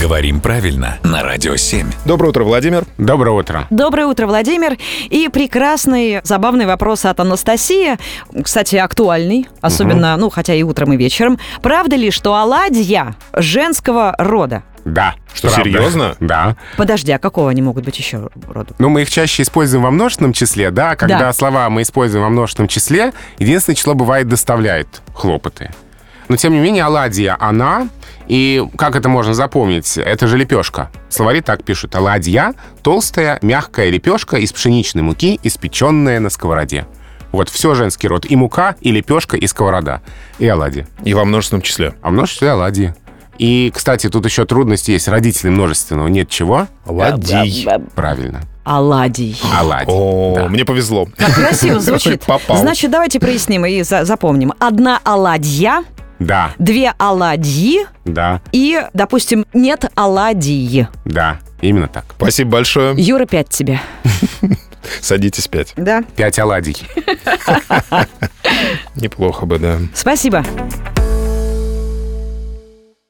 Говорим правильно на Радио 7. Доброе утро, Владимир. Доброе утро. Доброе утро, Владимир. И прекрасный, забавный вопрос от Анастасии. Кстати, актуальный, особенно, ну, хотя и утром, и вечером. Правда ли, что оладья женского рода? Да. Что, серьезно? Да. Подожди, а какого они могут быть еще рода? Но мы их чаще используем во множественном числе, да? Когда Да. слова мы используем во множественном числе, единственное число бывает доставляет хлопоты. Но тем не менее, оладья, она... И как это можно запомнить? Это же лепешка. Словари так пишут. Оладья — толстая, мягкая лепешка из пшеничной муки, испеченная на сковороде. Вот, все женский род. И мука, и лепешка, и сковорода. И оладья. И во множественном числе. А в множестве оладьи. И, кстати, тут еще трудность есть. Родители множественного нет чего? Ладий. Правильно. Оладий. Оладьи. О, Да. мне повезло. Красиво звучит. Попал. Значит, давайте проясним и за- запомним. Одна оладья, Да, две оладьи да, и, допустим, нет оладьи. да. Именно так. Спасибо большое. Юра, пять тебе. Садитесь пять. Да. Пять оладий. Неплохо бы, да. Спасибо.